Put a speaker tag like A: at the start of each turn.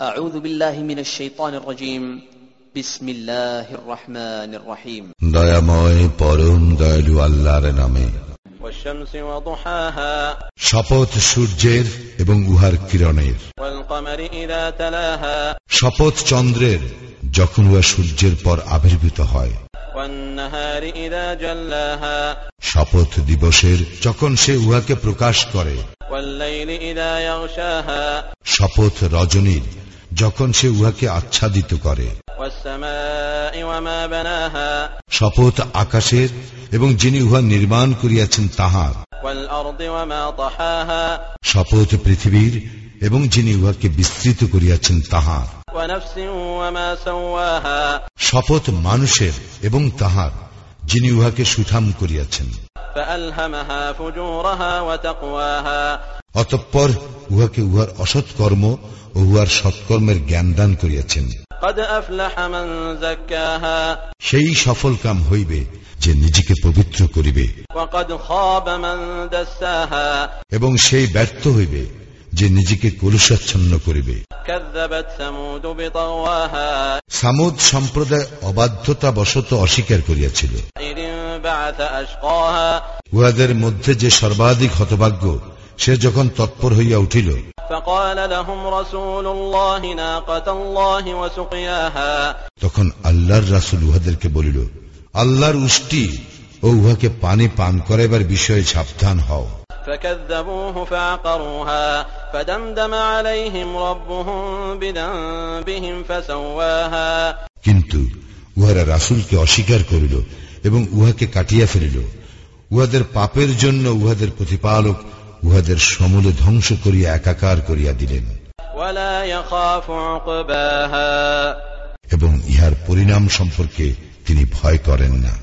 A: أعوذ بالله من الشيطان الرجيم بسم الله الرحمن الرحيم
B: দয়াময় পরম দয়ালু আল্লাহর নামে
C: والشمس وضحاها
B: শপথ সূর্যের এবং উহার কিরণের
C: والقمر إذا تلاها
B: শপথ চন্দ্রের যখন উহা সূর্যের পর আবির্ভূত হয়
C: والنهار إذا جلاها
B: শপথ দিবসের যখন সে উহাকে প্রকাশ করে
C: والليل إذا يغشاها
B: শপথ রজনীর যখন সে উহাকে আচ্ছাদিত করে
C: والسماء وما بناها
B: শপথ আকাশের এবং যিনি উহা নির্মাণ করিয়াছেন তাহার
C: والأرض وما طحاها
B: শপথ পৃথিবীর এবং যিনি উহাকে বিস্তৃত করিয়াছেন তাহার
C: ونفس وما سواها
B: শপথ মানুষের এবং তাহার যিনি উহাকে সুঠাম করিয়াছেন
C: فألهمها فجورها وتقواها
B: অতঃপর উহাকে উহার অসৎ কর্ম ও উহার সৎকর্মের জ্ঞান দান করিয়াছেন
C: قد أفلح من زكاها
B: সেই সফল কাম হইবে যে নিজেকে পবিত্র করিবে
C: وقد خاب من دساها
B: এবং সেই ব্যর্থ হইবে যে নিজেকে কলুষাচ্ছন্ন করিবে
C: كذبت ثمود بطغواها
B: সামুদ সম্প্রদায় অবাধ্যতা বশত অস্বীকার করিয়াছিল
C: إذ انبعث أشقاها
B: উহাদের মধ্যে যে সর্বাধিক হতভাগ্য সে যখন তৎপর হইয়া উঠিল
C: فقال لهم رسول الله ناقة الله وسقياها
B: তখন আল্লাহর রাসুল উহাদেরকে বলিল আল্লাহর উষ্টি ও উহাকে পানি পান করাইবার বিষয়ে সাবধান হও
C: فكذبوه فعقروها فدمدم عليهم ربهم بذنبهم فسواها
B: কিন্তু উহারা রাসূলকে অস্বীকার করিল এবং উহাকে কাটিয়া ফেলিল উহাদের পাপের জন্য উহাদের প্রতিপালক উহাদের সমূলে ধ্বংস করিয়া একাকার করিয়া দিলেন
C: ولا يخاف عقباها
B: এবং ইহার পরিণাম সম্পর্কে তিনি ভয় করেন না